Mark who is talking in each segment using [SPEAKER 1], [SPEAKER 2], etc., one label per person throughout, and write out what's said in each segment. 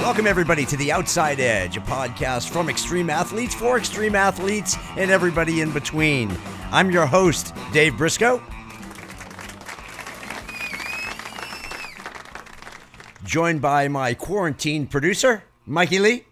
[SPEAKER 1] Welcome, everybody, to The Outside Edge, a podcast from extreme athletes for extreme athletes and everybody in between. I'm your host, Dave Briscoe. Joined by my quarantine producer, Mikey Lee.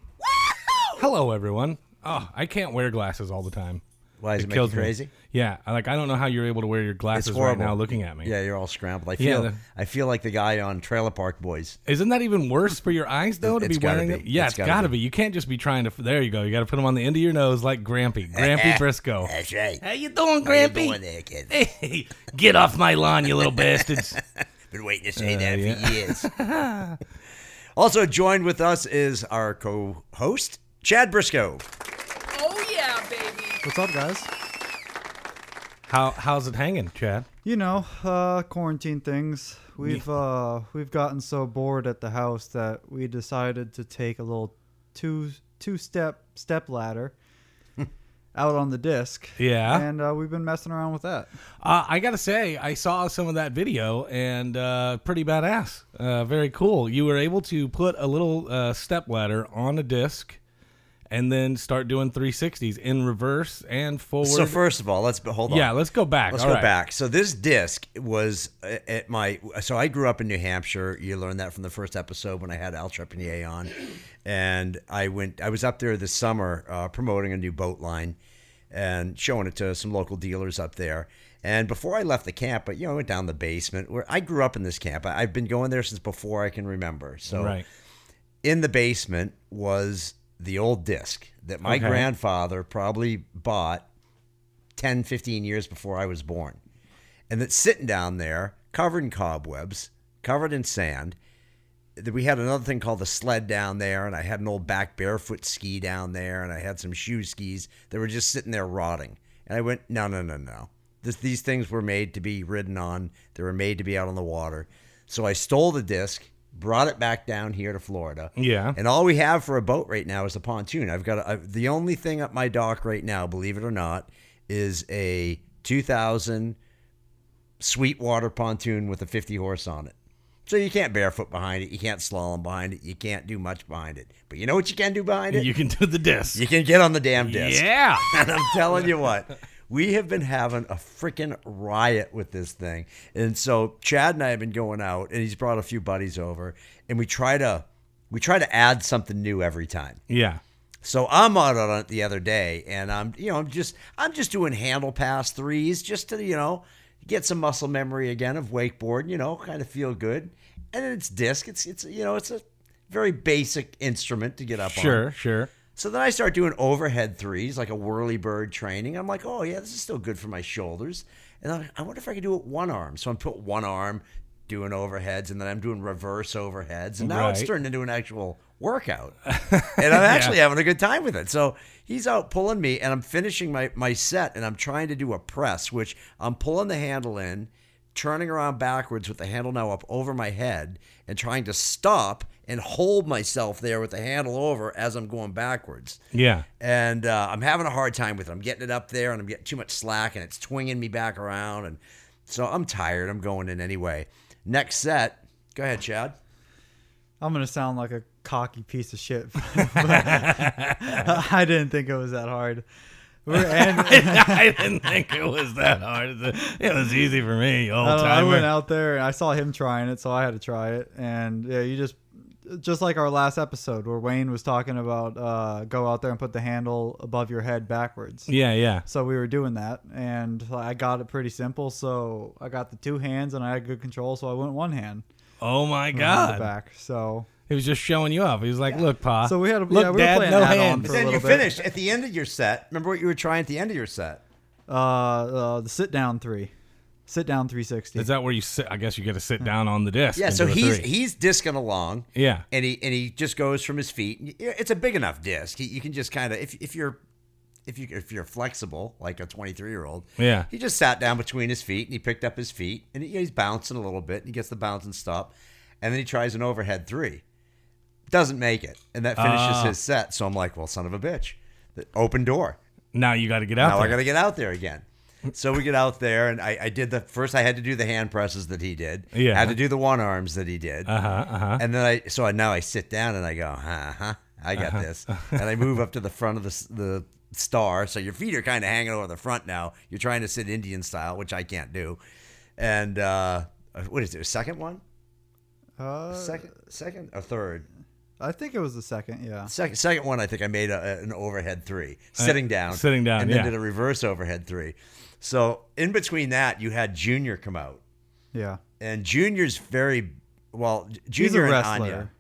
[SPEAKER 2] Hello, everyone. Oh, I can't wear glasses all the time.
[SPEAKER 1] Why is it, making
[SPEAKER 2] kills
[SPEAKER 1] you
[SPEAKER 2] me.
[SPEAKER 1] crazy?
[SPEAKER 2] Yeah, I- like I don't know how you're able to wear your glasses right now looking at me.
[SPEAKER 1] Yeah, you're all scrambled. I feel
[SPEAKER 2] the-
[SPEAKER 1] I feel like the guy on Trailer Park Boys.
[SPEAKER 2] Isn't that even worse for your eyes though to
[SPEAKER 1] It's
[SPEAKER 2] be
[SPEAKER 1] gotta
[SPEAKER 2] wearing
[SPEAKER 1] be.
[SPEAKER 2] them? Yeah,
[SPEAKER 1] It's
[SPEAKER 2] it's
[SPEAKER 1] gotta
[SPEAKER 2] gotta, be. You can't just be trying to. There you go. You got to put them on the end of your nose like Grampy, Grampy Briscoe.
[SPEAKER 1] That's right.
[SPEAKER 2] How you doing, Grampy?
[SPEAKER 1] there, kid?
[SPEAKER 2] hey, get off my lawn, you little bastards!
[SPEAKER 1] Been waiting to say
[SPEAKER 2] Uh,
[SPEAKER 1] that
[SPEAKER 2] yeah.
[SPEAKER 1] for years. also joined with us is our co-host Chad Briscoe.
[SPEAKER 3] Oh yeah, baby.
[SPEAKER 4] What's up, guys?
[SPEAKER 2] How how's it hanging, Chad?
[SPEAKER 4] You know, uh, quarantine things. We've uh, we've gotten so bored at the house that we decided to take a little two two step step ladder out on the disc.
[SPEAKER 2] Yeah.
[SPEAKER 4] and uh, we've been messing around with that.
[SPEAKER 2] Uh, I gotta say, I saw some of that video and uh, pretty badass. Uh, very cool. You were able to put a little uh, step ladder on a disc and then start doing 360s in reverse and forward.
[SPEAKER 1] So first of all, let's hold on.
[SPEAKER 2] yeah, let's go back.
[SPEAKER 1] Let's
[SPEAKER 2] All
[SPEAKER 1] go
[SPEAKER 2] right.
[SPEAKER 1] back. So this disc was uh, at my. So I grew up in New Hampshire. You learned that from the first episode when I had Al Trepanier on, and I went. I was up there this summer uh, promoting a new boat line, and showing it to some local dealers up there. And before I left the camp, but you know, I went down the basement where I grew up in this camp. I, I've been going there since before I can remember. So
[SPEAKER 2] Right.
[SPEAKER 1] in the basement was the old disc that my
[SPEAKER 2] Okay.
[SPEAKER 1] grandfather probably bought 10, 15 years before I was born. And that's sitting down there, covered in cobwebs, covered in sand. That We had another thing called the sled down there, and I had an old back barefoot ski down there, and I had some shoe skis that were just sitting there rotting. And I went, no, no, no, no. This, these things were made to be ridden on, they were made to be out on the water. So I stole the disc, brought it back down here to Florida.
[SPEAKER 2] Yeah.
[SPEAKER 1] And all we have for a boat right now is a pontoon. I've got a, I- the only thing up my dock right now, believe it or not, is a 2000 Sweetwater pontoon with a 50 horse on it. So you can't barefoot behind it, you can't slalom behind it, you can't do much behind it. But you know what you can do behind it? You,
[SPEAKER 2] You can do the disc.
[SPEAKER 1] can get on the damn disc.
[SPEAKER 2] Yeah.
[SPEAKER 1] And I'm telling you what, we have been having a freaking riot with this thing. And so Chad and I have been going out, and he's brought a few buddies over, and we try to we try to add something new every time.
[SPEAKER 2] yeah.
[SPEAKER 1] So I'm out on it the other day, and I'm you know I'm just I'm just doing handle pass threes just to you know get some muscle memory again of wakeboard, you know, kind of feel good. And then it's disc. It's it's you know it's a very basic instrument to get up on.
[SPEAKER 2] Sure, sure.
[SPEAKER 1] So then I start doing overhead threes, like a whirly bird training. I'm like, oh yeah, this is still good for my shoulders. And I'm like, I wonder if I could do it one arm. So I'm put one arm doing overheads, and then I'm doing reverse overheads, and now it's
[SPEAKER 2] Right.
[SPEAKER 1] turned into an actual workout. and I'm actually having a good time with it. So he's out pulling me, and I'm finishing my my set, and I'm trying to do a press, which I'm pulling the handle in. Turning around backwards with the handle now up over my head and trying to stop and hold myself there with the handle over as I'm going backwards
[SPEAKER 2] Yeah.
[SPEAKER 1] and uh, I'm having a hard time with it. I'm getting it up there, and I'm getting too much slack, and it's twinging me back around, and so I'm tired. I'm going in anyway. Next set, go ahead, Chad.
[SPEAKER 4] I'm gonna sound like a cocky piece of shit, but I didn't think it was that hard. We're and,
[SPEAKER 2] I didn't think it was that hard. It was easy for me
[SPEAKER 1] Oh,
[SPEAKER 2] all
[SPEAKER 4] I
[SPEAKER 2] the
[SPEAKER 4] don't know, Oh, I
[SPEAKER 2] time.
[SPEAKER 4] went out there and I saw him trying it, so I had to try it. And yeah, you just just like our last episode where Wayne was talking about uh, go out there and put the handle above your head backwards.
[SPEAKER 2] Yeah, yeah.
[SPEAKER 4] So we were doing that, and I got it pretty simple. So I got the two hands, and I had good control, so I went one hand
[SPEAKER 2] Oh my
[SPEAKER 4] behind the
[SPEAKER 2] God.
[SPEAKER 4] back. So
[SPEAKER 2] He was just showing you off. He was like, "Look, Pa.
[SPEAKER 4] So we had a-
[SPEAKER 2] look,
[SPEAKER 4] yeah, we were
[SPEAKER 2] Dad,
[SPEAKER 4] playing
[SPEAKER 2] no
[SPEAKER 4] that on
[SPEAKER 2] hands."
[SPEAKER 4] for a
[SPEAKER 1] Then
[SPEAKER 4] little
[SPEAKER 1] you
[SPEAKER 4] bit.
[SPEAKER 1] finished at the end of your set. Remember what you were trying at the end of your set?
[SPEAKER 4] uh, uh, the sit down three, sit down three sixty.
[SPEAKER 2] Is that where you sit? I guess you get to sit down on the disc.
[SPEAKER 1] Yeah.
[SPEAKER 2] and
[SPEAKER 1] So
[SPEAKER 2] do a
[SPEAKER 1] he's
[SPEAKER 2] three.
[SPEAKER 1] he's discing along.
[SPEAKER 2] yeah,
[SPEAKER 1] and he and he just goes from his feet. It's a big enough disc. He, you can just kind of if if you're if you if you're flexible like a 23 year old.
[SPEAKER 2] Yeah.
[SPEAKER 1] He just sat down between his feet and he picked up his feet and he- he's bouncing a little bit. And he gets the bounce and stop, and then he tries an overhead three, doesn't make it, and that
[SPEAKER 2] Ah.
[SPEAKER 1] finishes his set. So I'm like, well, son of a bitch, The open door.
[SPEAKER 2] now you got to get out.
[SPEAKER 1] Now I
[SPEAKER 2] there.
[SPEAKER 1] got to get out there again. so we get out there, and I, I did the first. I had to do the hand presses that he did.
[SPEAKER 2] Yeah.
[SPEAKER 1] I had to do the one arms that he did.
[SPEAKER 2] Uh huh. Uh huh.
[SPEAKER 1] And then I so I, now I sit down and I go, huh, huh, I got this. And I move up to the front of the s- the star, so your feet are kind of hanging over the front now. You're trying to sit Indian style, which I can't do. And uh, what is it? A second one?
[SPEAKER 4] Uh,
[SPEAKER 1] Second, second or third?
[SPEAKER 4] I think it was the second. Yeah.
[SPEAKER 1] Second, second one, I think I made a, an overhead three, sitting down,
[SPEAKER 2] sitting down,
[SPEAKER 1] and then
[SPEAKER 2] yeah.
[SPEAKER 1] did a reverse overhead three. So in between that, you had Junior come out,
[SPEAKER 4] Yeah.
[SPEAKER 1] and Junior's very well.
[SPEAKER 4] He's a
[SPEAKER 1] Junior and Anya,
[SPEAKER 4] wrestler.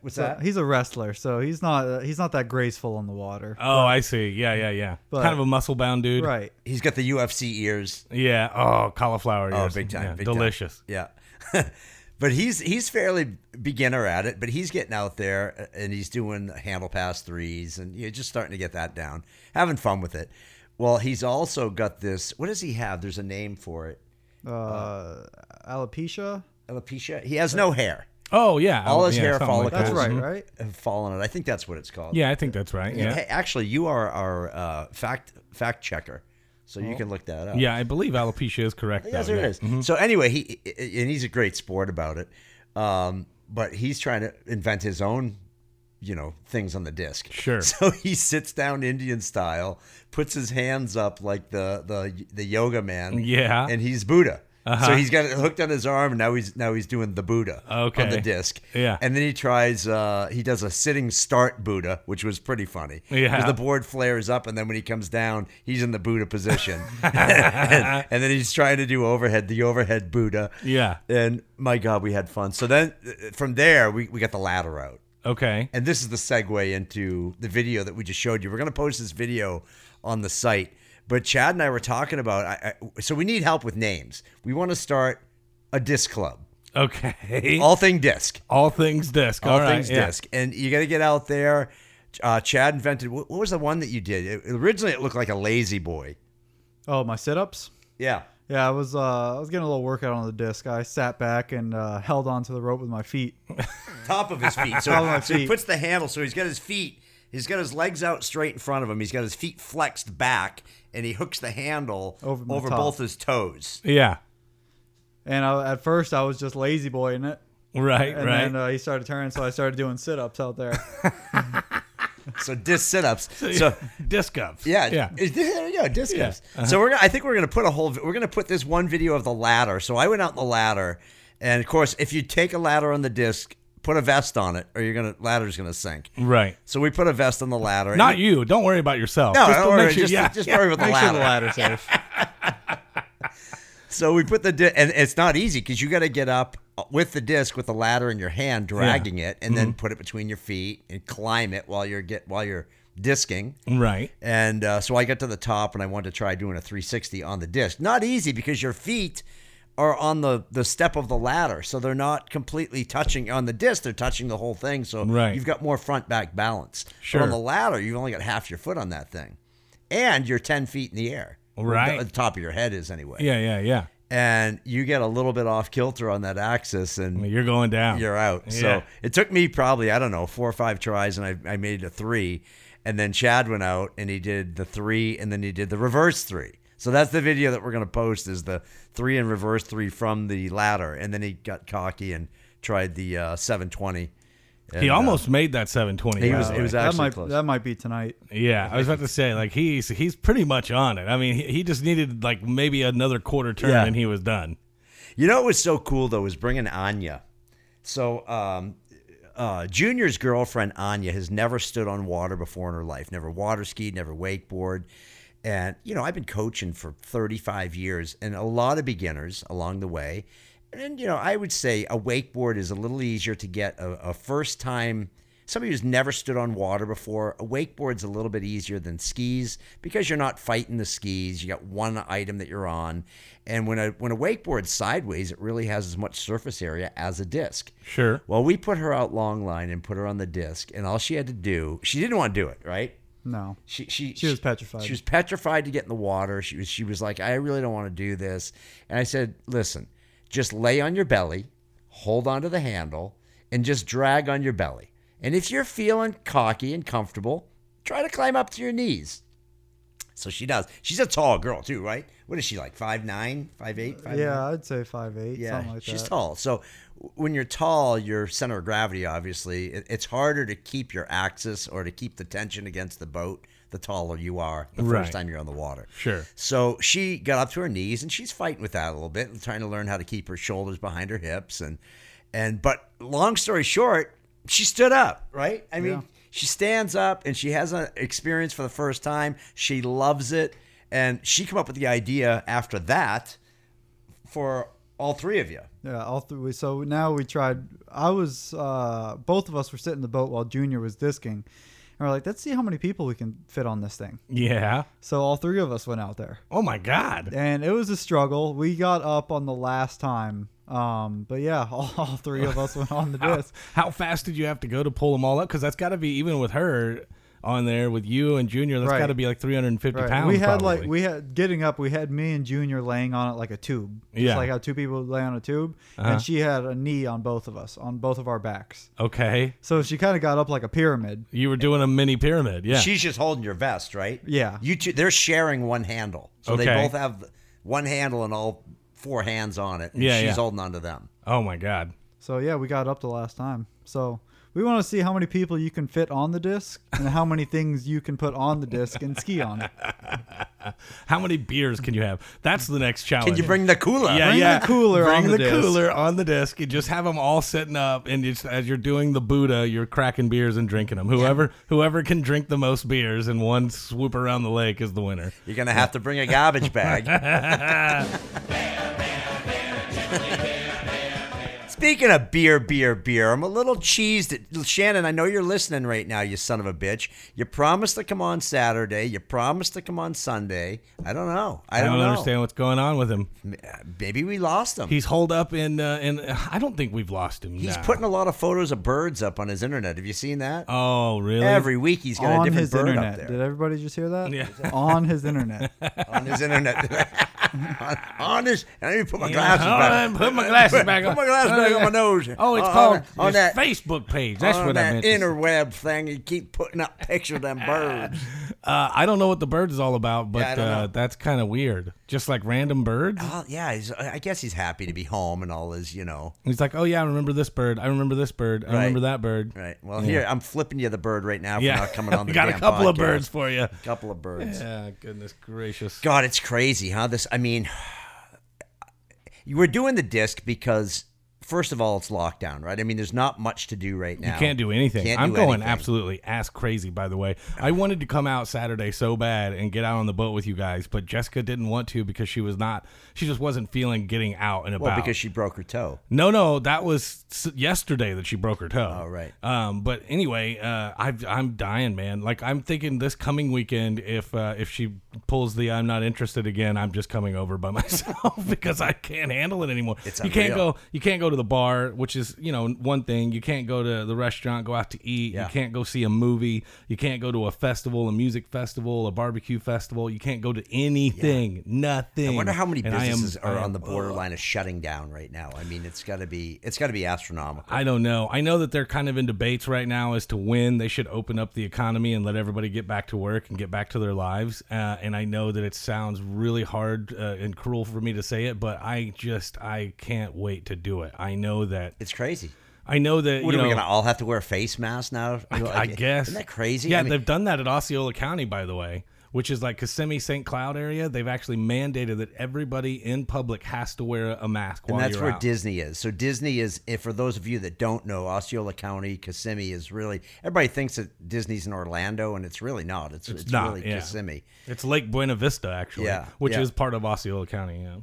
[SPEAKER 1] what's
[SPEAKER 4] So
[SPEAKER 1] that?
[SPEAKER 4] he's a wrestler, so he's not uh, he's not that graceful on the water.
[SPEAKER 2] Oh, I see. Yeah, yeah, yeah.
[SPEAKER 4] But-
[SPEAKER 2] kind of a muscle bound dude.
[SPEAKER 4] Right.
[SPEAKER 1] He's got the UFC ears.
[SPEAKER 2] Yeah. Oh, cauliflower.
[SPEAKER 1] Oh,
[SPEAKER 2] ears.
[SPEAKER 1] big time,
[SPEAKER 2] Yeah,
[SPEAKER 1] big time.
[SPEAKER 2] delicious.
[SPEAKER 1] Yeah. but he's he's fairly beginner at it, but he's getting out there uh, and he's doing handle pass threes and you're just starting to get that down, having fun with it. Well, he's also got this. What does he have? There's a name for it.
[SPEAKER 4] Uh, alopecia.
[SPEAKER 1] Alopecia. He has no hair.
[SPEAKER 2] Oh yeah.
[SPEAKER 1] All
[SPEAKER 2] oh,
[SPEAKER 1] his
[SPEAKER 2] yeah,
[SPEAKER 1] hair
[SPEAKER 2] something like
[SPEAKER 1] follicles.
[SPEAKER 4] That's
[SPEAKER 2] that.
[SPEAKER 4] right.
[SPEAKER 2] Mhm.
[SPEAKER 4] Right.
[SPEAKER 1] Have fallen it. I think that's what it's called.
[SPEAKER 2] Yeah, I think that's right. Yeah.
[SPEAKER 1] Hey, actually, you are our uh, fact fact checker, so you can look that up.
[SPEAKER 2] Yeah, I believe alopecia is correct.
[SPEAKER 1] Yes,
[SPEAKER 2] though,
[SPEAKER 1] there
[SPEAKER 2] yeah. Mm-hmm.
[SPEAKER 1] it is. So anyway, he and he's a great sport about it, um, but he's trying to invent his own, you know, things on the disc.
[SPEAKER 2] Sure.
[SPEAKER 1] So he sits down Indian style, puts his hands up like the the the yoga man.
[SPEAKER 2] Yeah. Uh-huh.
[SPEAKER 1] and he's Buddha. So he's got it hooked on his arm, and now he's now he's doing the Buddha on
[SPEAKER 2] Okay.
[SPEAKER 1] the disc.
[SPEAKER 2] Yeah.
[SPEAKER 1] and then he tries. Uh, he does a sitting start Buddha, which was pretty funny. 'Cause
[SPEAKER 2] Yeah.
[SPEAKER 1] the board flares up, and then when he comes down, he's in the Buddha position, and, and then he's trying to do overhead, the overhead Buddha.
[SPEAKER 2] Yeah.
[SPEAKER 1] and my God, we had fun. So then uh, from there, we, we got the ladder out,
[SPEAKER 2] Okay.
[SPEAKER 1] and this is the segue into the video that we just showed you. We're gonna post this video on the site, but Chad and I were talking about. I, I, so we need help with names. We want to start a disc club,
[SPEAKER 2] Okay. All,
[SPEAKER 1] all thing disc.
[SPEAKER 2] things disc.
[SPEAKER 1] All,
[SPEAKER 2] right,
[SPEAKER 1] things
[SPEAKER 2] yeah.
[SPEAKER 1] disc. And you got to get out there. Uh, Chad invented what, what was the one that you did? It- originally, it looked like a lazy boy.
[SPEAKER 4] Oh, my sit-ups.
[SPEAKER 1] Yeah.
[SPEAKER 4] Yeah, I was uh, I was getting a little workout on the disc. I sat back and uh, held onto the rope with my feet.
[SPEAKER 1] Top of his feet. So,
[SPEAKER 4] Top of my
[SPEAKER 1] so he
[SPEAKER 4] feet.
[SPEAKER 1] puts the handle. So he's got his feet. He's got his legs out straight in front of him. He's got his feet flexed back, and he hooks the handle
[SPEAKER 4] Over the top.
[SPEAKER 1] both his toes.
[SPEAKER 2] Yeah.
[SPEAKER 4] And I, at first, I was just lazy boy in it.
[SPEAKER 2] Right.
[SPEAKER 4] And
[SPEAKER 2] right.
[SPEAKER 4] then uh, he started turning, so I started doing sit-ups out there.
[SPEAKER 1] So disc sit-ups.
[SPEAKER 4] uh,
[SPEAKER 1] So
[SPEAKER 2] disc ups.
[SPEAKER 1] yeah,
[SPEAKER 2] Yeah. Uh-huh.
[SPEAKER 1] Is- There you go, disc ups. So we're gonna, I think we're gonna put a whole. We're gonna put this one video of the ladder. So I went out on the ladder, and of course, if you take a ladder on the disc, put a vest on it, or you're gonna ladder's gonna sink.
[SPEAKER 2] Right.
[SPEAKER 1] So we put a vest on the ladder.
[SPEAKER 2] Not you. Don't worry about yourself.
[SPEAKER 1] No,
[SPEAKER 2] just
[SPEAKER 1] don't
[SPEAKER 2] to
[SPEAKER 1] worry.
[SPEAKER 2] make sure-
[SPEAKER 1] just,
[SPEAKER 2] yeah,
[SPEAKER 1] just
[SPEAKER 2] yeah.
[SPEAKER 1] worry about the
[SPEAKER 4] Make sure the
[SPEAKER 1] ladder.
[SPEAKER 4] ladder's safe.
[SPEAKER 1] So we put the di- and it's not easy because you got to get up with the disc with the ladder in your hand, dragging it, and
[SPEAKER 2] Mm-hmm.
[SPEAKER 1] then put it between your feet and climb it while you're get while you're disking.
[SPEAKER 2] Right.
[SPEAKER 1] And uh, so I got to the top and I wanted to try doing a 360 on the disc. Not easy because your feet are on the, the step of the ladder. So they're not completely touching on the disc, they're touching the whole thing. So
[SPEAKER 2] Right.
[SPEAKER 1] you've got more front back balance.
[SPEAKER 2] Sure.
[SPEAKER 1] But on the ladder, you've only got half your foot on that thing. And you're 10 feet in the air.
[SPEAKER 2] Right.
[SPEAKER 1] The, the top of your head is anyway.
[SPEAKER 2] Yeah. Yeah. Yeah.
[SPEAKER 1] And you get a little bit off kilter on that axis and
[SPEAKER 2] You're going down.
[SPEAKER 1] you're out.
[SPEAKER 2] Yeah.
[SPEAKER 1] So it took me probably, I don't know, four or five tries, and I, I made a three. And then Chad went out and he did the three, and then he did the reverse three. So that's the video that we're going to post is the three and reverse three from the ladder. And then he got cocky and tried the uh, 720.
[SPEAKER 2] He
[SPEAKER 1] uh,
[SPEAKER 2] almost made that 720.
[SPEAKER 1] He
[SPEAKER 2] by
[SPEAKER 1] was-
[SPEAKER 2] the
[SPEAKER 1] it
[SPEAKER 2] way.
[SPEAKER 1] was
[SPEAKER 4] that
[SPEAKER 1] actually
[SPEAKER 4] might
[SPEAKER 1] close.
[SPEAKER 4] that might be tonight.
[SPEAKER 2] Yeah, I was about to say like he's he's pretty much on it. I mean, he, he just needed like maybe another quarter turn
[SPEAKER 1] Yeah.
[SPEAKER 2] and he was done.
[SPEAKER 1] You know what was so cool though was bringing Anya. So um, uh, Junior's girlfriend Anya has never stood on water before in her life. Never water skied, never wakeboard. And you know, I've been coaching for 35 years, and a lot of beginners along the way. And you know, I would say a wakeboard is a little easier to get a, a first time. Somebody who's never stood on water before, a wakeboard's a little bit easier than skis because you're not fighting the skis. You got one item that you're on, and when a when a wakeboard's sideways, it really has as much surface area as a disc.
[SPEAKER 2] Sure.
[SPEAKER 1] Well, we put her out long line and put her on the disc, and all she had to do, she didn't want to do it, right?
[SPEAKER 4] No.
[SPEAKER 1] She she
[SPEAKER 4] She was petrified.
[SPEAKER 1] She was petrified to get in the water. She was she was like, I really don't want to do this. And I said, listen, just lay on your belly, hold onto the handle, and just drag on your belly. And if you're feeling cocky and comfortable, try to climb up to your knees. So she does. She's a tall girl too, right? What is she like? Five nine, five eight, five
[SPEAKER 4] yeah, I'd say five eight, something like
[SPEAKER 1] she's
[SPEAKER 4] that.
[SPEAKER 1] tall. So w- when you're tall, your center of gravity obviously it- it's harder to keep your axis or to keep the tension against the boat the taller you are the
[SPEAKER 2] Right.
[SPEAKER 1] first time you're on the water.
[SPEAKER 2] Sure.
[SPEAKER 1] So she got up to her knees and she's fighting with that a little bit, trying to learn how to keep her shoulders behind her hips and and but long story short, she stood up, right? I mean,
[SPEAKER 4] Yeah.
[SPEAKER 1] she stands up and she has an experience for the first time. She loves it and she come up with the idea after that for all three of you.
[SPEAKER 4] Yeah, all three. So now we tried. I was, uh, both of us were sitting in the boat while Junior was disking, and we're like, let's see how many people we can fit on this thing.
[SPEAKER 2] Yeah.
[SPEAKER 4] So all three of us went out there,
[SPEAKER 2] Oh my God.
[SPEAKER 4] and it was a struggle. We got up on the last time, um, but yeah, all, all three of us went on the
[SPEAKER 2] How,
[SPEAKER 4] disc.
[SPEAKER 2] how fast did you have to go to pull them all up? Because that's got to be even with her on there with you and Junior. That's
[SPEAKER 4] Right.
[SPEAKER 2] got to be like 350
[SPEAKER 4] Right.
[SPEAKER 2] pounds.
[SPEAKER 4] we had
[SPEAKER 2] probably.
[SPEAKER 4] like we had getting up. We had me and Junior laying on it like a tube.
[SPEAKER 2] Yeah. Uh-huh.
[SPEAKER 4] just like how two people would lay on a tube, and she had a knee on both of us, on both of our backs.
[SPEAKER 2] okay.
[SPEAKER 4] So she kind of got up like a pyramid.
[SPEAKER 2] You were doing a mini pyramid. Yeah.
[SPEAKER 1] She's just holding your vest, right?
[SPEAKER 4] Yeah.
[SPEAKER 1] You two, they're sharing one handle, so they
[SPEAKER 2] Okay.
[SPEAKER 1] both have one handle and all four hands on it. And
[SPEAKER 2] Yeah,
[SPEAKER 1] she's
[SPEAKER 2] yeah.
[SPEAKER 1] holding onto them.
[SPEAKER 2] oh my God.
[SPEAKER 4] So yeah, we got up the last time. So we want to see how many people you can fit on the disc and how many things you can put on the disc and ski on it.
[SPEAKER 2] How many beers can you have? That's the next challenge.
[SPEAKER 1] Can you bring the cooler?
[SPEAKER 2] yeah,
[SPEAKER 4] Bring the
[SPEAKER 2] yeah.
[SPEAKER 4] cooler
[SPEAKER 2] Bring
[SPEAKER 4] on the disc.
[SPEAKER 2] cooler on the disc. You just have them all sitting up, and you just, as you're doing the Buddha, you're cracking beers and drinking them. Whoever whoever can drink the most beers in one swoop around the lake is the winner.
[SPEAKER 1] You're gonna have to bring a garbage bag. Speaking of beer, beer, beer, I'm a little cheesed. At, Shannon, I know you're listening right now, you son of a bitch. You promised to come on Saturday. You promised to come on Sunday. I don't know. I,
[SPEAKER 2] I
[SPEAKER 1] don't,
[SPEAKER 2] don't
[SPEAKER 1] know. Hmm.
[SPEAKER 2] understand what's going on with him.
[SPEAKER 1] M- Maybe we lost him.
[SPEAKER 2] He's holed up in uh, in. I don't think we've lost him.
[SPEAKER 1] He's
[SPEAKER 2] no.
[SPEAKER 1] putting a lot of photos of birds up on his internet. Have you seen that?
[SPEAKER 2] Oh really?
[SPEAKER 1] Every week he's got a
[SPEAKER 4] on
[SPEAKER 1] different
[SPEAKER 4] his
[SPEAKER 1] bird
[SPEAKER 4] internet.
[SPEAKER 1] up
[SPEAKER 4] Did
[SPEAKER 1] there
[SPEAKER 4] everybody just hear that?
[SPEAKER 2] Yeah.
[SPEAKER 4] on his internet.
[SPEAKER 1] on his internet. on, on his, I need to put my
[SPEAKER 2] Yeah.
[SPEAKER 1] glasses
[SPEAKER 2] Hold
[SPEAKER 1] back.
[SPEAKER 2] on, Put my glasses back
[SPEAKER 1] Put
[SPEAKER 2] on.
[SPEAKER 1] my glasses back on my nose.
[SPEAKER 2] Oh, it's
[SPEAKER 1] On-
[SPEAKER 2] called
[SPEAKER 1] on- on
[SPEAKER 2] his
[SPEAKER 1] that-
[SPEAKER 2] Facebook page. That's
[SPEAKER 1] on
[SPEAKER 2] what
[SPEAKER 1] that
[SPEAKER 2] I meant. to say.
[SPEAKER 1] interweb thing. You keep putting up pictures of them birds.
[SPEAKER 2] Uh, I don't know what the bird is all about, but
[SPEAKER 1] Yeah, I don't
[SPEAKER 2] uh,
[SPEAKER 1] know. Uh,
[SPEAKER 2] that's kind of weird. Just like random birds.
[SPEAKER 1] Well, yeah, he's, I guess he's happy to be home and all his, you know.
[SPEAKER 2] He's like, oh yeah, I remember this bird. I remember this bird. I
[SPEAKER 1] Right.
[SPEAKER 2] remember that bird.
[SPEAKER 1] Right. Well, here I'm flipping you the bird right now for
[SPEAKER 2] Yeah,
[SPEAKER 1] not coming on the
[SPEAKER 2] got a
[SPEAKER 1] damn
[SPEAKER 2] couple of
[SPEAKER 1] podcast.
[SPEAKER 2] birds for you.
[SPEAKER 1] Couple of birds.
[SPEAKER 2] Yeah, goodness gracious.
[SPEAKER 1] God, it's crazy how this. I mean, you were doing the disc because first of all, it's lockdown, right? I mean, there's not much to do right now.
[SPEAKER 2] You can't do anything.
[SPEAKER 1] Can't
[SPEAKER 2] I'm
[SPEAKER 1] do
[SPEAKER 2] going
[SPEAKER 1] anything.
[SPEAKER 2] absolutely ass crazy. By the way, I wanted to come out Saturday so bad and get out on the boat with you guys, but Jessica didn't want to because she was not. She just wasn't feeling getting out and about.
[SPEAKER 1] Well, because she broke her toe.
[SPEAKER 2] No, no, that was s- yesterday that she broke her toe.
[SPEAKER 1] Oh, right.
[SPEAKER 2] Um, but anyway, uh, I've, I'm dying, man. Like I'm thinking this coming weekend, if uh, if she pulls the I'm not interested again, I'm just coming over by myself because I can't handle it anymore.
[SPEAKER 1] It's
[SPEAKER 2] you can't
[SPEAKER 1] unreal.
[SPEAKER 2] go. You can't go to the bar, which is you know one thing. You can't go to the restaurant, go out to eat.
[SPEAKER 1] Yeah.
[SPEAKER 2] You can't go see a movie. You can't go to a festival, a music festival, a barbecue festival. You can't go to anything. Nothing.
[SPEAKER 1] I wonder how many
[SPEAKER 2] And I am-
[SPEAKER 1] businesses are
[SPEAKER 2] I
[SPEAKER 1] on
[SPEAKER 2] am-
[SPEAKER 1] the borderline of shutting down right now. I mean, it's got to be it's got to be astronomical.
[SPEAKER 2] I don't know. I know that they're kind of in debates right now as to when they should open up the economy and let everybody get back to work and get back to their lives. Uh, and I know that it sounds really hard uh, and cruel for me to say it, but I just I can't wait to do it. I know that
[SPEAKER 1] It's crazy.
[SPEAKER 2] I know that
[SPEAKER 1] What
[SPEAKER 2] you
[SPEAKER 1] are
[SPEAKER 2] know.
[SPEAKER 1] we gonna all have to wear face masks now?
[SPEAKER 2] I, I guess
[SPEAKER 1] Isn't that crazy?
[SPEAKER 2] Yeah,
[SPEAKER 1] I mean,
[SPEAKER 2] they've done that at Osceola County, by the way. Which is like Kissimmee, St. Cloud area. They've actually mandated that everybody in public has to wear a mask while
[SPEAKER 1] and that's
[SPEAKER 2] you're
[SPEAKER 1] where
[SPEAKER 2] out.
[SPEAKER 1] Disney is. So Disney is, if for those of you that don't know, Osceola County, Kissimmee is really everybody thinks that Disney's in Orlando, and it's really not. It's it's,
[SPEAKER 2] not,
[SPEAKER 1] really
[SPEAKER 2] yeah.
[SPEAKER 1] Kissimmee.
[SPEAKER 2] It's Lake Buena Vista, actually,
[SPEAKER 1] Yeah,
[SPEAKER 2] which
[SPEAKER 1] yeah.
[SPEAKER 2] is part of Osceola County. Yeah.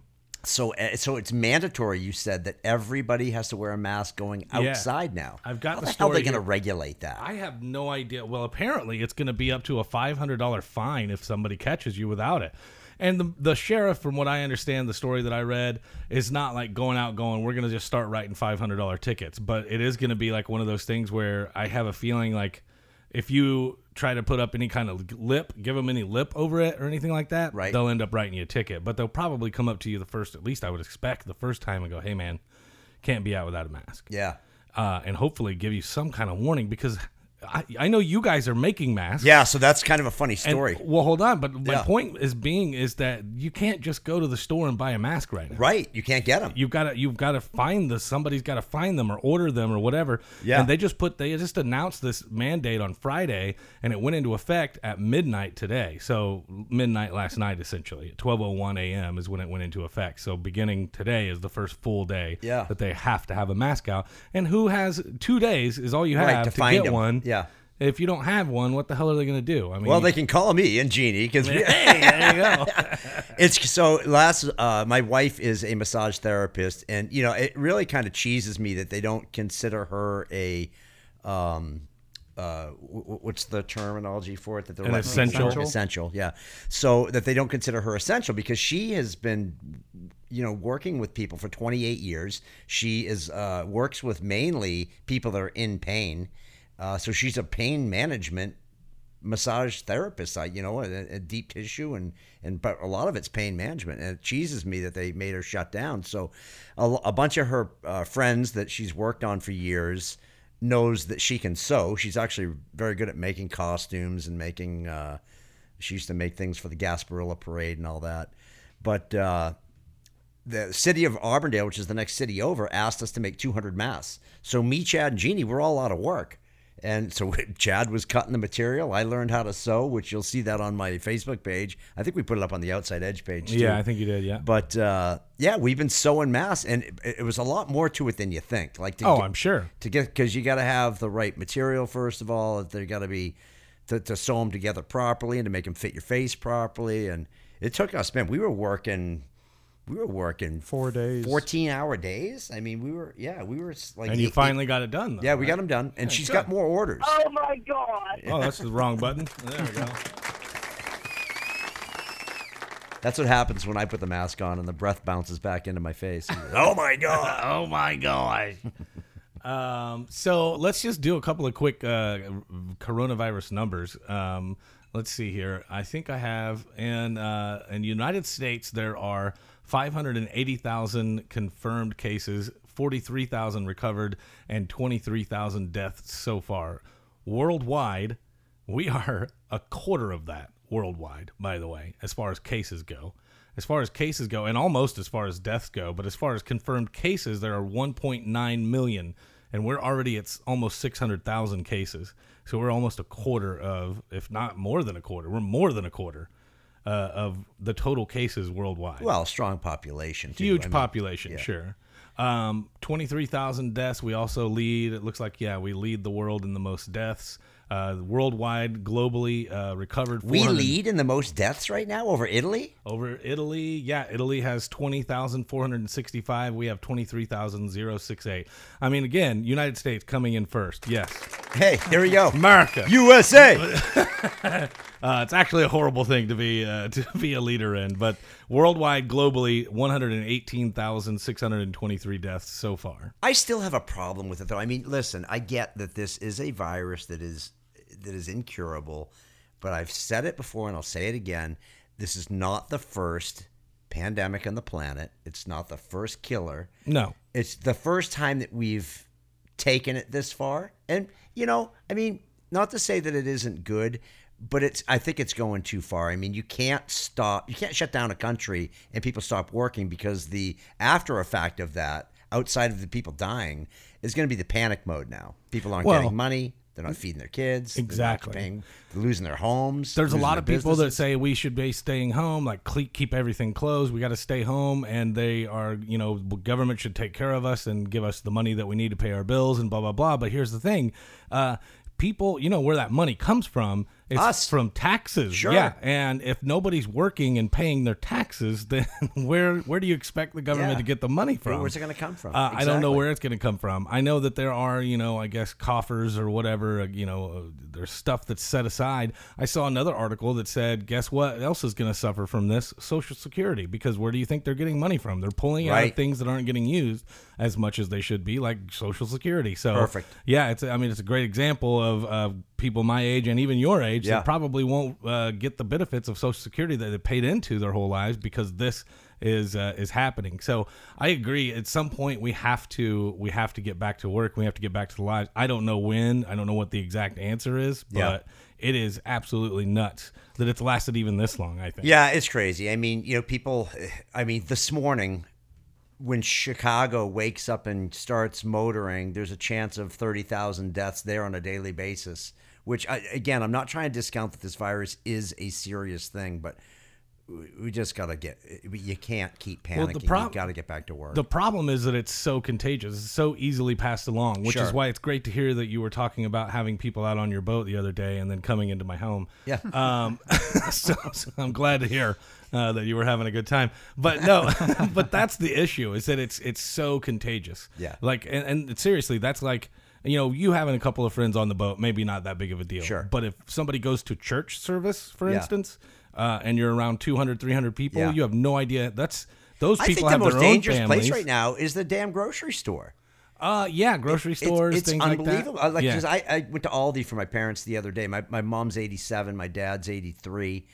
[SPEAKER 1] So uh, so it's mandatory. You said that everybody has to wear a mask going
[SPEAKER 2] Yeah.
[SPEAKER 1] outside now.
[SPEAKER 2] I've got
[SPEAKER 1] How
[SPEAKER 2] the
[SPEAKER 1] hell are they
[SPEAKER 2] story
[SPEAKER 1] going to
[SPEAKER 2] here.
[SPEAKER 1] regulate that?
[SPEAKER 2] I have no idea. Well, apparently it's going to be up to a $500 fine if somebody catches you without it. And the, the sheriff, from what I understand, the story that I read is not like going out going, we're going to just start writing $500 tickets. But it is going to be like one of those things where I have a feeling like if you try to put up any kind of lip, give them any lip over it or anything like that,
[SPEAKER 1] Right.
[SPEAKER 2] they'll end up writing you a ticket. But they'll probably come up to you the first, at least I would expect, the first time and go, hey, man, can't be out without a mask
[SPEAKER 1] yeah.
[SPEAKER 2] uh, and hopefully give you some kind of warning because I, I know you guys are making masks.
[SPEAKER 1] Yeah, so that's kind of a funny
[SPEAKER 2] And-
[SPEAKER 1] story.
[SPEAKER 2] well, hold on, but my
[SPEAKER 1] Yeah.
[SPEAKER 2] point is being is that you can't just go to the store and buy a mask right now.
[SPEAKER 1] right. You can't get them.
[SPEAKER 2] You've got to you've got to find this. Somebody's got to find them or order them or whatever.
[SPEAKER 1] Yeah.
[SPEAKER 2] And they just put they just announced this mandate on Friday, and it went into effect at midnight today. So midnight last night, essentially at twelve oh one a.m. is when it went into effect. So beginning today is the first full day
[SPEAKER 1] Yeah.
[SPEAKER 2] that they have to have a mask out. And who has two days is all you have
[SPEAKER 1] Right, to
[SPEAKER 2] to,
[SPEAKER 1] find
[SPEAKER 2] get
[SPEAKER 1] 'em.
[SPEAKER 2] one.
[SPEAKER 1] Yeah.
[SPEAKER 2] If you don't have one, what the hell are they going to do? I mean,
[SPEAKER 1] well, they can call me and Jeannie because
[SPEAKER 2] hey, there you go.
[SPEAKER 1] it's so last. Uh, my wife is a massage therapist, and you know it really kind of cheeses me that they don't consider her a. Um, uh, wh- wh- what's the terminology for it that they're
[SPEAKER 2] An
[SPEAKER 1] letting people-
[SPEAKER 2] essential.
[SPEAKER 1] Essential, yeah. So that they don't consider her essential because she has been, you know, working with people for 28 years. She is uh, works with mainly people that are in pain. Uh, so she's a pain management massage therapist, I you know, a, a deep tissue and and but a lot of it's pain management, and it cheeses me that they made her shut down. So, a, l- a bunch of her uh, friends that she's worked on for years knows that she can sew. She's actually very good at making costumes and making. Uh, she used to make things for the Gasparilla Parade and all that, but. Uh, the city of Auburndale, which is the next city over, asked us to make 200 masks. So me, Chad, and Jeannie were all out of work. And so Chad was cutting the material. I learned how to sew, which you'll see that on my Facebook page. I think we put it up on the Outside Edge page. Too.
[SPEAKER 2] yeah, I think you did. Yeah.
[SPEAKER 1] But uh, yeah, we've been sewing masks, and it, it was a lot more to it than you think. Like to
[SPEAKER 2] Oh,
[SPEAKER 1] get-
[SPEAKER 2] I'm sure.
[SPEAKER 1] to get because you got to have the right material first of all. They got to be to, to sew them together properly and to make them fit your face properly. And it took us, man. We were working, we were working
[SPEAKER 4] Four days.
[SPEAKER 1] fourteen hour days. I mean, we were yeah, we were s- like
[SPEAKER 2] And you
[SPEAKER 1] eight-
[SPEAKER 2] finally got it done. Though,
[SPEAKER 1] eight- yeah, we got them done, and she's got
[SPEAKER 2] good.
[SPEAKER 1] more orders.
[SPEAKER 5] Oh my God.
[SPEAKER 2] Oh, that's the wrong button. There we go.
[SPEAKER 1] That's what happens when I put the mask on and the breath bounces back into my face. oh my god!
[SPEAKER 2] Oh my gosh. um, so let's just do a couple of quick uh, coronavirus numbers. Um, let's see here. I think I have in uh, in the United States there are 580,000 confirmed cases, 43,000 recovered, and 23,000 deaths so far. Worldwide, we are a quarter of that worldwide, by the way, as far as cases go. As far as cases go, and almost as far as deaths go, but as far as confirmed cases, there are 1.9 million, and we're already at s- almost 600,000 cases. So we're almost a quarter of, if not more than a quarter, we're more than a quarter uh, of the total cases worldwide.
[SPEAKER 1] Well, strong population, too.
[SPEAKER 2] Huge
[SPEAKER 1] I mean,
[SPEAKER 2] population, sure. Um, 23,000 deaths. We also lead, it looks like, yeah, we lead the world in the most deaths. Uh, worldwide, globally, uh, recovered.
[SPEAKER 1] We
[SPEAKER 2] 400
[SPEAKER 1] lead in the most deaths right now over Italy.
[SPEAKER 2] Over Italy, yeah, Italy has 20,465. We have 23,068. I mean, again, United States coming in first. Yes.
[SPEAKER 1] Hey, there we go.
[SPEAKER 2] America.
[SPEAKER 1] USA.
[SPEAKER 2] Uh, it's actually a horrible thing to be uh, to be a leader in, but worldwide, globally, 118,623 deaths so far.
[SPEAKER 1] I still have a problem with it though. I mean, listen, I get that this is a virus that is that is incurable, but I've said it before and I'll say it again. This is not the first pandemic on the planet. It's not the first killer.
[SPEAKER 2] No.
[SPEAKER 1] It's the first time that we've taken it this far. And you know, I mean, not to say that it isn't good, but it's I think it's going too far. I mean, you can't stop you can't shut down a country and people stop working because the after effect of that outside of the people dying is going to be the panic mode now. People aren't
[SPEAKER 2] Well-
[SPEAKER 1] getting money, they're not feeding their kids, they're not
[SPEAKER 2] Exactly.
[SPEAKER 1] paying- they're losing their homes.
[SPEAKER 2] There's a
[SPEAKER 1] losing
[SPEAKER 2] lot
[SPEAKER 1] their
[SPEAKER 2] of people
[SPEAKER 1] businesses.
[SPEAKER 2] that say we should be staying home, like cle- keep everything closed. We got to stay home, and they are, you know, government should take care of us and give us the money that we need to pay our bills and blah blah blah. But here's the thing, uh, people, you know, where that money comes from, it's
[SPEAKER 1] Us.
[SPEAKER 2] from taxes.
[SPEAKER 1] Sure.
[SPEAKER 2] Yeah, and if nobody's working and paying their taxes, then where where do you expect the government
[SPEAKER 1] Yeah.
[SPEAKER 2] to get the money from?
[SPEAKER 1] where's it gonna come from?
[SPEAKER 2] Uh, I don't know
[SPEAKER 1] Exactly.
[SPEAKER 2] where it's going to come from. I know that there are, you know, I guess coffers or whatever, uh, you know, uh, there's stuff that's set aside. I saw another article that said, guess what else is going to suffer from this? Social Security, because where do you think they're getting money from? They're pulling out
[SPEAKER 1] Right.
[SPEAKER 2] things that aren't getting used as much as they should be, like Social Security. So
[SPEAKER 1] Perfect.
[SPEAKER 2] Yeah, it's. I mean, it's a great example of uh, people my age and even your age
[SPEAKER 1] Yeah.
[SPEAKER 2] that probably won't uh, get the benefits of Social Security that they paid into their whole lives because this is uh, is happening. So I agree. At some point, we have to we have to get back to work. We have to get back to the lives. I don't know when. I don't know what the exact answer is, but
[SPEAKER 1] Yeah.
[SPEAKER 2] it is absolutely nuts that it's lasted even this long. I think.
[SPEAKER 1] Yeah, it's crazy. I mean, you know, people. I mean, this morning when Chicago wakes up and starts motoring, there's a chance of thirty thousand deaths there on a daily basis. Which, I, again, I'm not trying to discount that this virus is a serious thing, but we we just gotta get. You can't keep panicking.
[SPEAKER 2] the prob-
[SPEAKER 1] you gotta get back to work.
[SPEAKER 2] The problem is that it's so contagious, it's so easily passed along, which is
[SPEAKER 1] Sure.
[SPEAKER 2] why it's great to hear that you were talking about having people out on your boat the other day and then coming into my home.
[SPEAKER 1] Yeah.
[SPEAKER 2] Um, so, so I'm glad to hear uh, that you were having a good time. But no, but that's the issue is that it's it's so contagious.
[SPEAKER 1] Yeah.
[SPEAKER 2] Like, and, and seriously, that's like. You know, you having a couple of friends on the boat, maybe not that big of a deal.
[SPEAKER 1] Sure.
[SPEAKER 2] But if somebody goes to church service, for
[SPEAKER 1] Yeah.
[SPEAKER 2] instance, uh, and you're around 200, 300 people,
[SPEAKER 1] Yeah.
[SPEAKER 2] you have no idea. That's those
[SPEAKER 1] I think
[SPEAKER 2] people
[SPEAKER 1] the
[SPEAKER 2] have
[SPEAKER 1] most
[SPEAKER 2] their own
[SPEAKER 1] dangerous place
[SPEAKER 2] families.
[SPEAKER 1] right now is the damn grocery store.
[SPEAKER 2] Uh, yeah, grocery
[SPEAKER 1] It's-
[SPEAKER 2] stores,
[SPEAKER 1] It's,
[SPEAKER 2] things
[SPEAKER 1] unbelievable. Uh,
[SPEAKER 2] like that.
[SPEAKER 1] Like,
[SPEAKER 2] yeah.
[SPEAKER 1] 'cause I, I went to Aldi for my parents the other day. My my mom's eighty seven, my dad's eighty three,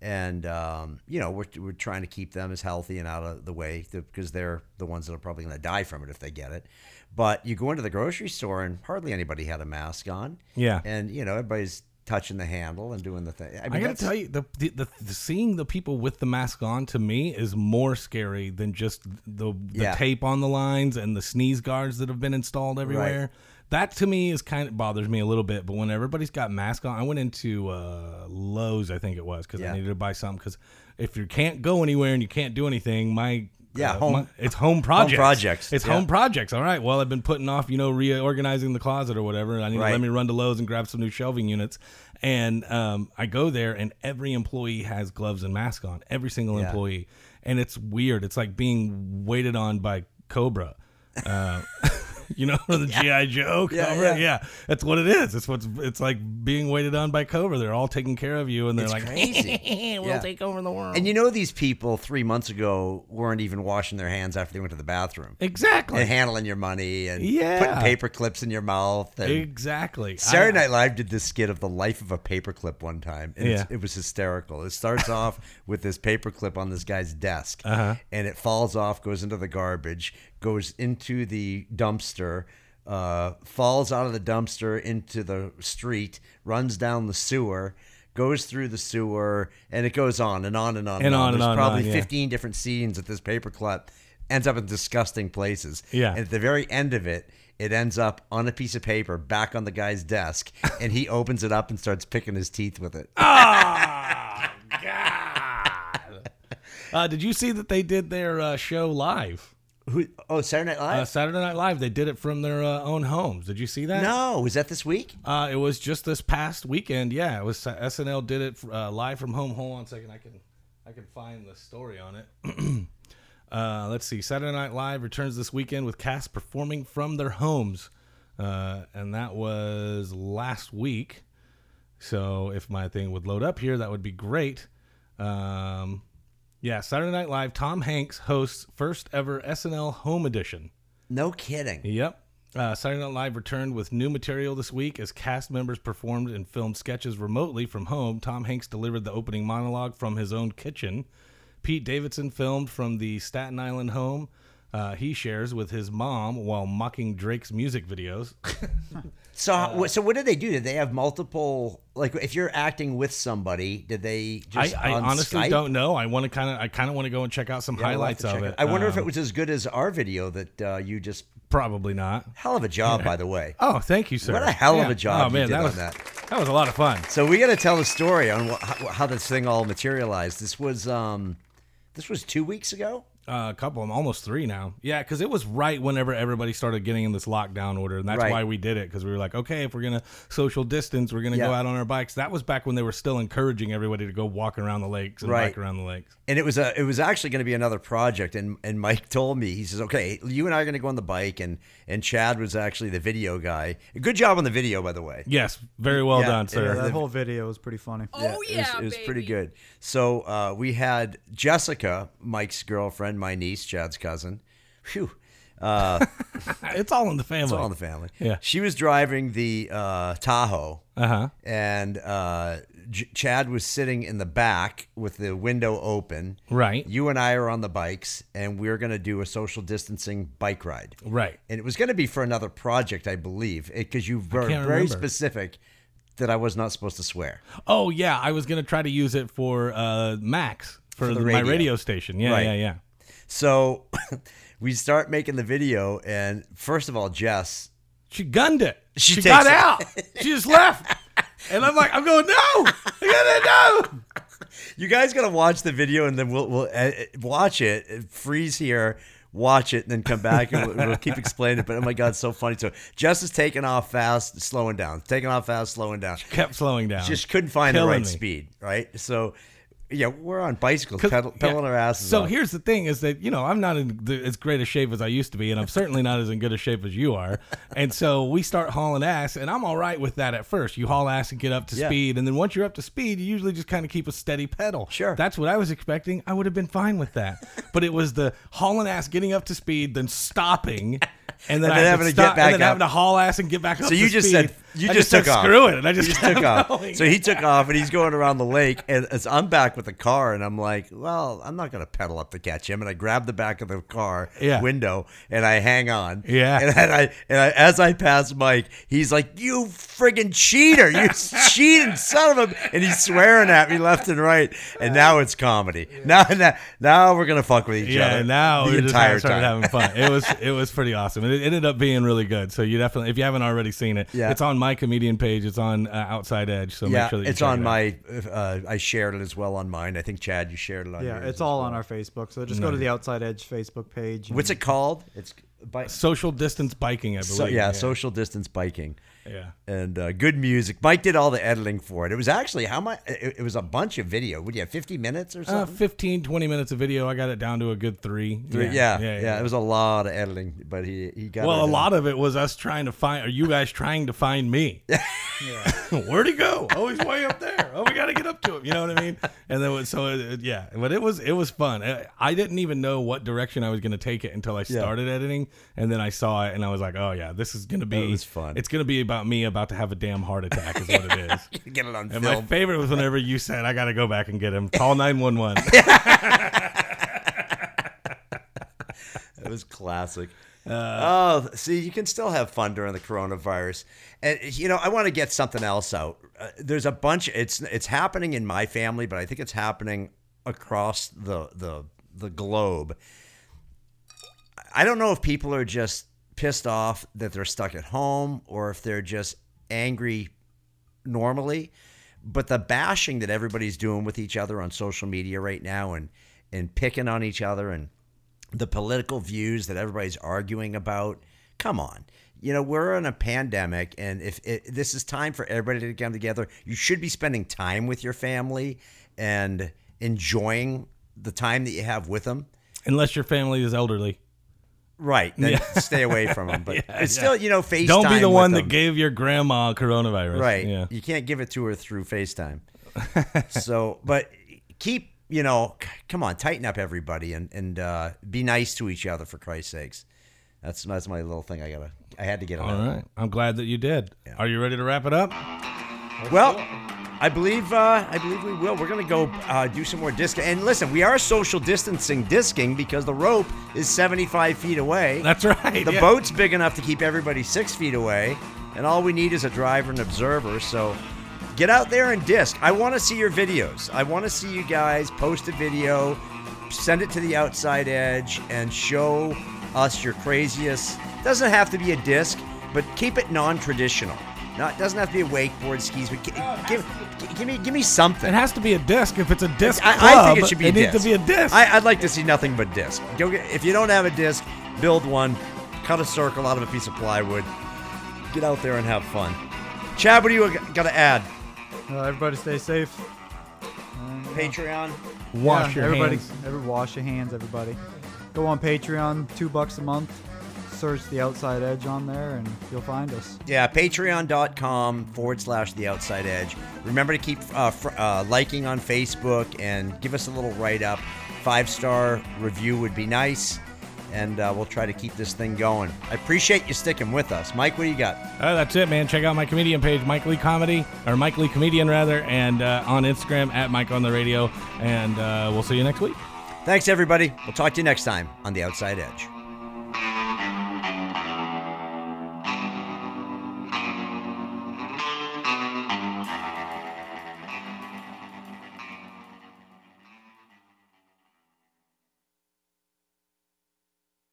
[SPEAKER 1] and um, you know we're we're trying to keep them as healthy and out of the way because they're the ones that are probably going to die from it if they get it. But you go into the grocery store and hardly anybody had a mask on.
[SPEAKER 2] Yeah.
[SPEAKER 1] and you know everybody's touching the handle and doing the thing. I, mean,
[SPEAKER 2] I gotta
[SPEAKER 1] that's-
[SPEAKER 2] tell you, the, the, the, the seeing the people with the mask on to me is more scary than just the, the
[SPEAKER 1] Yeah.
[SPEAKER 2] tape on the lines and the sneeze guards that have been installed everywhere. That to me is kind of bothers me a little bit. But when everybody's got masks on, I went into uh, Lowe's, I think it was, because I
[SPEAKER 1] Yeah.
[SPEAKER 2] needed to buy something. Because if you can't go anywhere and you can't do anything, my
[SPEAKER 1] Yeah,
[SPEAKER 2] uh,
[SPEAKER 1] home-
[SPEAKER 2] my- it's home projects.
[SPEAKER 1] projects,
[SPEAKER 2] It's
[SPEAKER 1] yeah.
[SPEAKER 2] home projects. All right. Well, I've been putting off, you know, reorganizing the closet or whatever. I need to
[SPEAKER 1] Right.
[SPEAKER 2] let me run to Lowe's and grab some new shelving units. And um, I go there, and every employee has gloves and mask on. Every single
[SPEAKER 1] Yeah.
[SPEAKER 2] employee, and it's weird. It's like being waited on by Cobra. Uh, You know the GI Joe
[SPEAKER 1] Yeah,
[SPEAKER 2] Cobra, yeah.
[SPEAKER 1] yeah.
[SPEAKER 2] that's what it is. It's what's it's like being waited on by Cobra. They're all taking care of you, and they're
[SPEAKER 1] It's
[SPEAKER 2] like,
[SPEAKER 1] crazy.
[SPEAKER 2] "We'll
[SPEAKER 1] Yeah.
[SPEAKER 2] take over the world."
[SPEAKER 1] And you know these people three months ago weren't even washing their hands after they went to the bathroom.
[SPEAKER 2] exactly,
[SPEAKER 1] And handling your money and
[SPEAKER 2] Yeah.
[SPEAKER 1] putting paper clips in your mouth and
[SPEAKER 2] exactly.
[SPEAKER 1] Saturday
[SPEAKER 2] I-
[SPEAKER 1] Night Live did this skit of the life of a paperclip one time, and it's,
[SPEAKER 2] Yeah.
[SPEAKER 1] it was hysterical. It starts off with this paperclip on this guy's desk,
[SPEAKER 2] Uh-huh.
[SPEAKER 1] and it falls off, goes into the garbage, goes into the dumpster, uh, falls out of the dumpster into the street, runs down the sewer. Goes through the sewer and it goes on and on and on
[SPEAKER 2] And on and
[SPEAKER 1] There's
[SPEAKER 2] on and
[SPEAKER 1] probably
[SPEAKER 2] on, yeah.
[SPEAKER 1] 15 different scenes at this paperclip, ends up in disgusting places.
[SPEAKER 2] Yeah.
[SPEAKER 1] And at the very end of it, it ends up on a piece of paper back on the guy's desk, and he opens it up and starts picking his teeth with it.
[SPEAKER 2] Uh, Ah, God. Uh, did you see that they did their uh, show live?
[SPEAKER 1] Who, oh, Saturday Night
[SPEAKER 2] Uh,
[SPEAKER 1] Live?
[SPEAKER 2] Saturday Night Live. They did it from their uh, own homes. Did you see that?
[SPEAKER 1] no, was that this week?
[SPEAKER 2] Uh, it was just this past weekend. Yeah, it was SNL did it uh, live from home. Hold on a second. I can I can find the story on it. uh, let's see. Saturday Night Live returns this weekend with cast performing from their homes, uh, and that was last week. So if my thing would load up here, that would be great. Um, yeah, Saturday Night Live. Tom Hanks hosts first ever SNL Home Edition.
[SPEAKER 1] No kidding.
[SPEAKER 2] Yep. Uh, Saturday Night Live returned with new material this week as cast members performed and filmed sketches remotely from home. Tom Hanks delivered the opening monologue from his own kitchen. Pete Davidson filmed from the Staten Island home uh, he shares with his mom while mocking Drake's music videos.
[SPEAKER 1] So, wh- so what did they do? Did they have multiple? Like, if you're acting with somebody, did they
[SPEAKER 2] I,
[SPEAKER 1] just?
[SPEAKER 2] I
[SPEAKER 1] on
[SPEAKER 2] honestly
[SPEAKER 1] Skype?
[SPEAKER 2] don't know. I want to kind of I kind of want to go and check out some
[SPEAKER 1] Yeah, we'll have
[SPEAKER 2] highlights
[SPEAKER 1] to
[SPEAKER 2] of
[SPEAKER 1] check
[SPEAKER 2] it.
[SPEAKER 1] I wonder if
[SPEAKER 2] Um,
[SPEAKER 1] it was as good as our video that uh, you just.
[SPEAKER 2] probably not.
[SPEAKER 1] Hell of a job, by the way.
[SPEAKER 2] Oh, thank you, sir.
[SPEAKER 1] What a hell of
[SPEAKER 2] Yeah.
[SPEAKER 1] a job
[SPEAKER 2] Oh
[SPEAKER 1] you
[SPEAKER 2] man,
[SPEAKER 1] did
[SPEAKER 2] that
[SPEAKER 1] on
[SPEAKER 2] was
[SPEAKER 1] that.
[SPEAKER 2] that was a lot of fun.
[SPEAKER 1] So we got to tell the story on wh- how, how this thing all materialized. This was um, this was two weeks ago.
[SPEAKER 2] Uh, a couple, I'm almost three now. Yeah, because it was right whenever everybody started getting in this lockdown order, and that's
[SPEAKER 1] Right.
[SPEAKER 2] why we did it because we were like, okay, if we're gonna social distance, we're gonna go
[SPEAKER 1] Yeah.
[SPEAKER 2] out on our bikes. That was back when they were still encouraging everybody to go walk around the lakes and
[SPEAKER 1] Right.
[SPEAKER 2] bike around the lakes.
[SPEAKER 1] and it was a it was actually going to be another project and and Mike told me he says okay you and I are going to go on the bike and and Chad was actually the video guy good job on the video by the way
[SPEAKER 2] Yes, very well
[SPEAKER 1] Yeah,
[SPEAKER 2] done,
[SPEAKER 1] it
[SPEAKER 2] sir.
[SPEAKER 1] is.
[SPEAKER 4] That whole video was pretty funny.
[SPEAKER 3] Oh
[SPEAKER 1] it was,
[SPEAKER 3] yeah,
[SPEAKER 1] it was
[SPEAKER 3] baby.
[SPEAKER 1] pretty good so uh, we had Jessica Mike's girlfriend my niece Chad's cousin whew uh,
[SPEAKER 2] it's all in the family.
[SPEAKER 1] It's all in the family.
[SPEAKER 2] Yeah.
[SPEAKER 1] She was driving the uh, Tahoe,
[SPEAKER 2] uh huh.
[SPEAKER 1] and uh, J- Chad was sitting in the back with the window open.
[SPEAKER 2] Right.
[SPEAKER 1] You and I are on the bikes, and we're going to do a social distancing bike ride.
[SPEAKER 2] Right.
[SPEAKER 1] And it was going to be for another project, I believe, because you were
[SPEAKER 2] can't
[SPEAKER 1] very
[SPEAKER 2] remember.
[SPEAKER 1] specific that I was not supposed to swear.
[SPEAKER 2] Oh yeah, I was gonna try to use it for uh, Max for,
[SPEAKER 1] the
[SPEAKER 2] the- my
[SPEAKER 1] radio.
[SPEAKER 2] radio station. Yeah,
[SPEAKER 1] Right.
[SPEAKER 2] yeah, yeah.
[SPEAKER 1] So we start making the video, and first of all, Jess,
[SPEAKER 2] She gunned it.
[SPEAKER 1] She
[SPEAKER 2] She,
[SPEAKER 1] takes
[SPEAKER 2] got
[SPEAKER 1] it.
[SPEAKER 2] out. She just left. And I'm like, I'm going no. I gotta no.
[SPEAKER 1] you guys gotta watch the video, and then we'll we'll uh, watch it, uh, freeze here, watch it, and then come back, and we'll, we'll keep explaining it. But oh my god, it's so funny! So Jess is taking off fast, slowing down, taking off fast, slowing down.
[SPEAKER 2] Kept slowing down.
[SPEAKER 1] Just couldn't find the
[SPEAKER 2] Killing
[SPEAKER 1] right
[SPEAKER 2] me.
[SPEAKER 1] speed, right? So. Yeah, we're on bicycles,
[SPEAKER 2] 'Cause-
[SPEAKER 1] pedal, pedaling
[SPEAKER 2] yeah.
[SPEAKER 1] our asses.
[SPEAKER 2] So
[SPEAKER 1] off.
[SPEAKER 2] here's the thing: is that you know I'm not in the, as great a shape as I used to be, and I'm certainly not as in good a shape as you are. And so we start hauling ass, and I'm all right with that at first. You haul ass and get up to
[SPEAKER 1] Yeah.
[SPEAKER 2] speed, and then once you're up to speed, you usually just kind of keep a steady pedal.
[SPEAKER 1] Sure.
[SPEAKER 2] that's what I was expecting. I would have been fine with that, but it was the hauling ass, getting up to speed, then stopping. And
[SPEAKER 1] And then
[SPEAKER 2] then, I had
[SPEAKER 1] having to
[SPEAKER 2] stop,
[SPEAKER 1] get back
[SPEAKER 2] and then having to
[SPEAKER 1] up.
[SPEAKER 2] haul ass and get back up.
[SPEAKER 1] So
[SPEAKER 2] to
[SPEAKER 1] you just
[SPEAKER 2] speed.
[SPEAKER 1] said you
[SPEAKER 2] I
[SPEAKER 1] just, took
[SPEAKER 2] said,
[SPEAKER 1] off.
[SPEAKER 2] Screw it! And I just,
[SPEAKER 1] You
[SPEAKER 2] kept
[SPEAKER 1] took off.
[SPEAKER 2] going.
[SPEAKER 1] So he took off and he's going around the lake and as I'm back with the car and I'm like, well, I'm not gonna pedal up to catch him. And I grab the back of the car
[SPEAKER 2] Yeah.
[SPEAKER 1] window and I hang on.
[SPEAKER 2] Yeah.
[SPEAKER 1] And, then I and I, as I pass Mike, he's like, you friggin' cheater, you cheating son of a! And he's swearing at me left and right. And now it's comedy. Now, now now we're gonna fuck with each
[SPEAKER 2] yeah,
[SPEAKER 1] other.
[SPEAKER 2] now
[SPEAKER 1] the
[SPEAKER 2] we just
[SPEAKER 1] entire
[SPEAKER 2] kinda started
[SPEAKER 1] time.
[SPEAKER 2] having fun. It was it was pretty awesome. It, it ended up being really good. So you definitely, if you haven't already seen it,
[SPEAKER 1] Yeah.
[SPEAKER 2] it's on my comedian page. It's on uh, Outside Edge. So
[SPEAKER 1] Yeah,
[SPEAKER 2] make sure that you
[SPEAKER 1] it's
[SPEAKER 2] check
[SPEAKER 1] on
[SPEAKER 2] it out.
[SPEAKER 1] my. Uh, I shared it as well on mine. I think Chad, you shared it on.
[SPEAKER 4] Yeah,
[SPEAKER 1] yours
[SPEAKER 4] it's
[SPEAKER 1] as
[SPEAKER 4] all on
[SPEAKER 1] well.
[SPEAKER 4] our Facebook. So just go to the Outside Edge Facebook page. and-
[SPEAKER 1] What's it called? It's bi-
[SPEAKER 2] social distance biking. I believe.
[SPEAKER 1] so, yeah, social distance biking
[SPEAKER 2] yeah.
[SPEAKER 1] and uh, good music. Mike did all the editing for it. It was actually how much? It, it was a bunch of video. Would you have fifty minutes or
[SPEAKER 2] Uh,
[SPEAKER 1] something?
[SPEAKER 2] 15, 20 minutes of video. I got it down to a good three.
[SPEAKER 1] Three- yeah, yeah, It was a lot of editing, but he he got
[SPEAKER 2] well, a lot of it was us trying to find, or you guys trying to find me. Where'd he go? Oh, he's way up there. Oh, we got to get up to him. You know what I mean? And then so it, it- yeah, but it was it was fun. I, I didn't even know what direction I was going to take it until I started editing, and then I saw it and I was like, oh yeah, this is going to be
[SPEAKER 1] That was fun.
[SPEAKER 2] It's going to be about me about to have a damn heart attack is what it is.
[SPEAKER 1] Get it on
[SPEAKER 2] And my
[SPEAKER 1] film.
[SPEAKER 2] favorite was whenever you said, "I got to go back and get him. Call 911.
[SPEAKER 1] It was classic. oh, see, you can still have fun during the coronavirus, and you know I want to get something else out. Uh, there's a bunch. It's it's happening in my family, but I think it's happening across the the the globe. I don't know if people are just pissed off that they're stuck at home or if they're just angry normally, but the bashing that everybody's doing with each other on social media right now and and picking on each other and the political views that everybody's arguing about. Come on. You know, we're in a pandemic, and if it, this is time for everybody to come together, you should be spending time with your family and enjoying the time that you have with them.
[SPEAKER 2] Unless your family is elderly,
[SPEAKER 1] Right. Then stay away from them. But it's still, you know, FaceTime.
[SPEAKER 2] don't be the
[SPEAKER 1] with
[SPEAKER 2] one that
[SPEAKER 1] them.
[SPEAKER 2] gave your grandma coronavirus.
[SPEAKER 1] Right.
[SPEAKER 2] Yeah.
[SPEAKER 1] You can't give it to her through FaceTime. so, but keep, you know, c- come on, tighten up everybody and and uh, be nice to each other for Christ's sakes. That's that's my little thing. I gotta. I had to get it
[SPEAKER 2] All
[SPEAKER 1] out.
[SPEAKER 2] right. I'm glad that you did. Are you ready to wrap it up?
[SPEAKER 1] Well, I believe uh, I believe we will. We're gonna go uh, do some more disc. And listen, we are social distancing disking because the rope is seventy five feet away.
[SPEAKER 2] That's right.
[SPEAKER 1] The
[SPEAKER 2] yeah.
[SPEAKER 1] boat's big enough to keep everybody six feet away, and all we need is a driver and observer. So get out there and disc. I want to see your videos. I want to see you guys post a video, send it to the outside edge, and show us your craziest. Doesn't have to be a disc, but keep it non-traditional. Not doesn't have to be a wakeboard skis, but gi- give, gi- give me give me something.
[SPEAKER 2] It has to be a disc. If it's a disc
[SPEAKER 1] I,
[SPEAKER 2] club,
[SPEAKER 1] I think it should be a disc.
[SPEAKER 2] needs to be a disc.
[SPEAKER 1] I, would like to see nothing but disc. Go get, if you don't have a disc, build one, cut a circle out of a piece of plywood, get out there and have fun. Chad, what do you got to add?
[SPEAKER 4] Uh, everybody stay safe.
[SPEAKER 1] Patreon.
[SPEAKER 2] Wash
[SPEAKER 4] Yeah,
[SPEAKER 2] your
[SPEAKER 4] everybody,
[SPEAKER 2] hands.
[SPEAKER 4] Every, wash your hands, everybody. Go on Patreon, two bucks a month. Search the Outside Edge on there, and you'll find us.
[SPEAKER 1] Yeah, patreon.com forward slash the outside edge. Remember to keep uh, fr- uh, liking on Facebook and give us a little write up. Five star review would be nice. and uh, we'll try to keep this thing going. I appreciate you sticking with us. Mike, what do you got?
[SPEAKER 2] Uh, that's it, man. Check out my comedian page, Mike Lee Comedy, or Mike Lee Comedian, rather, and uh, on Instagram at Mike on the Radio. And uh, we'll see you next week.
[SPEAKER 1] Thanks, everybody. We'll talk to you next time on The Outside Edge.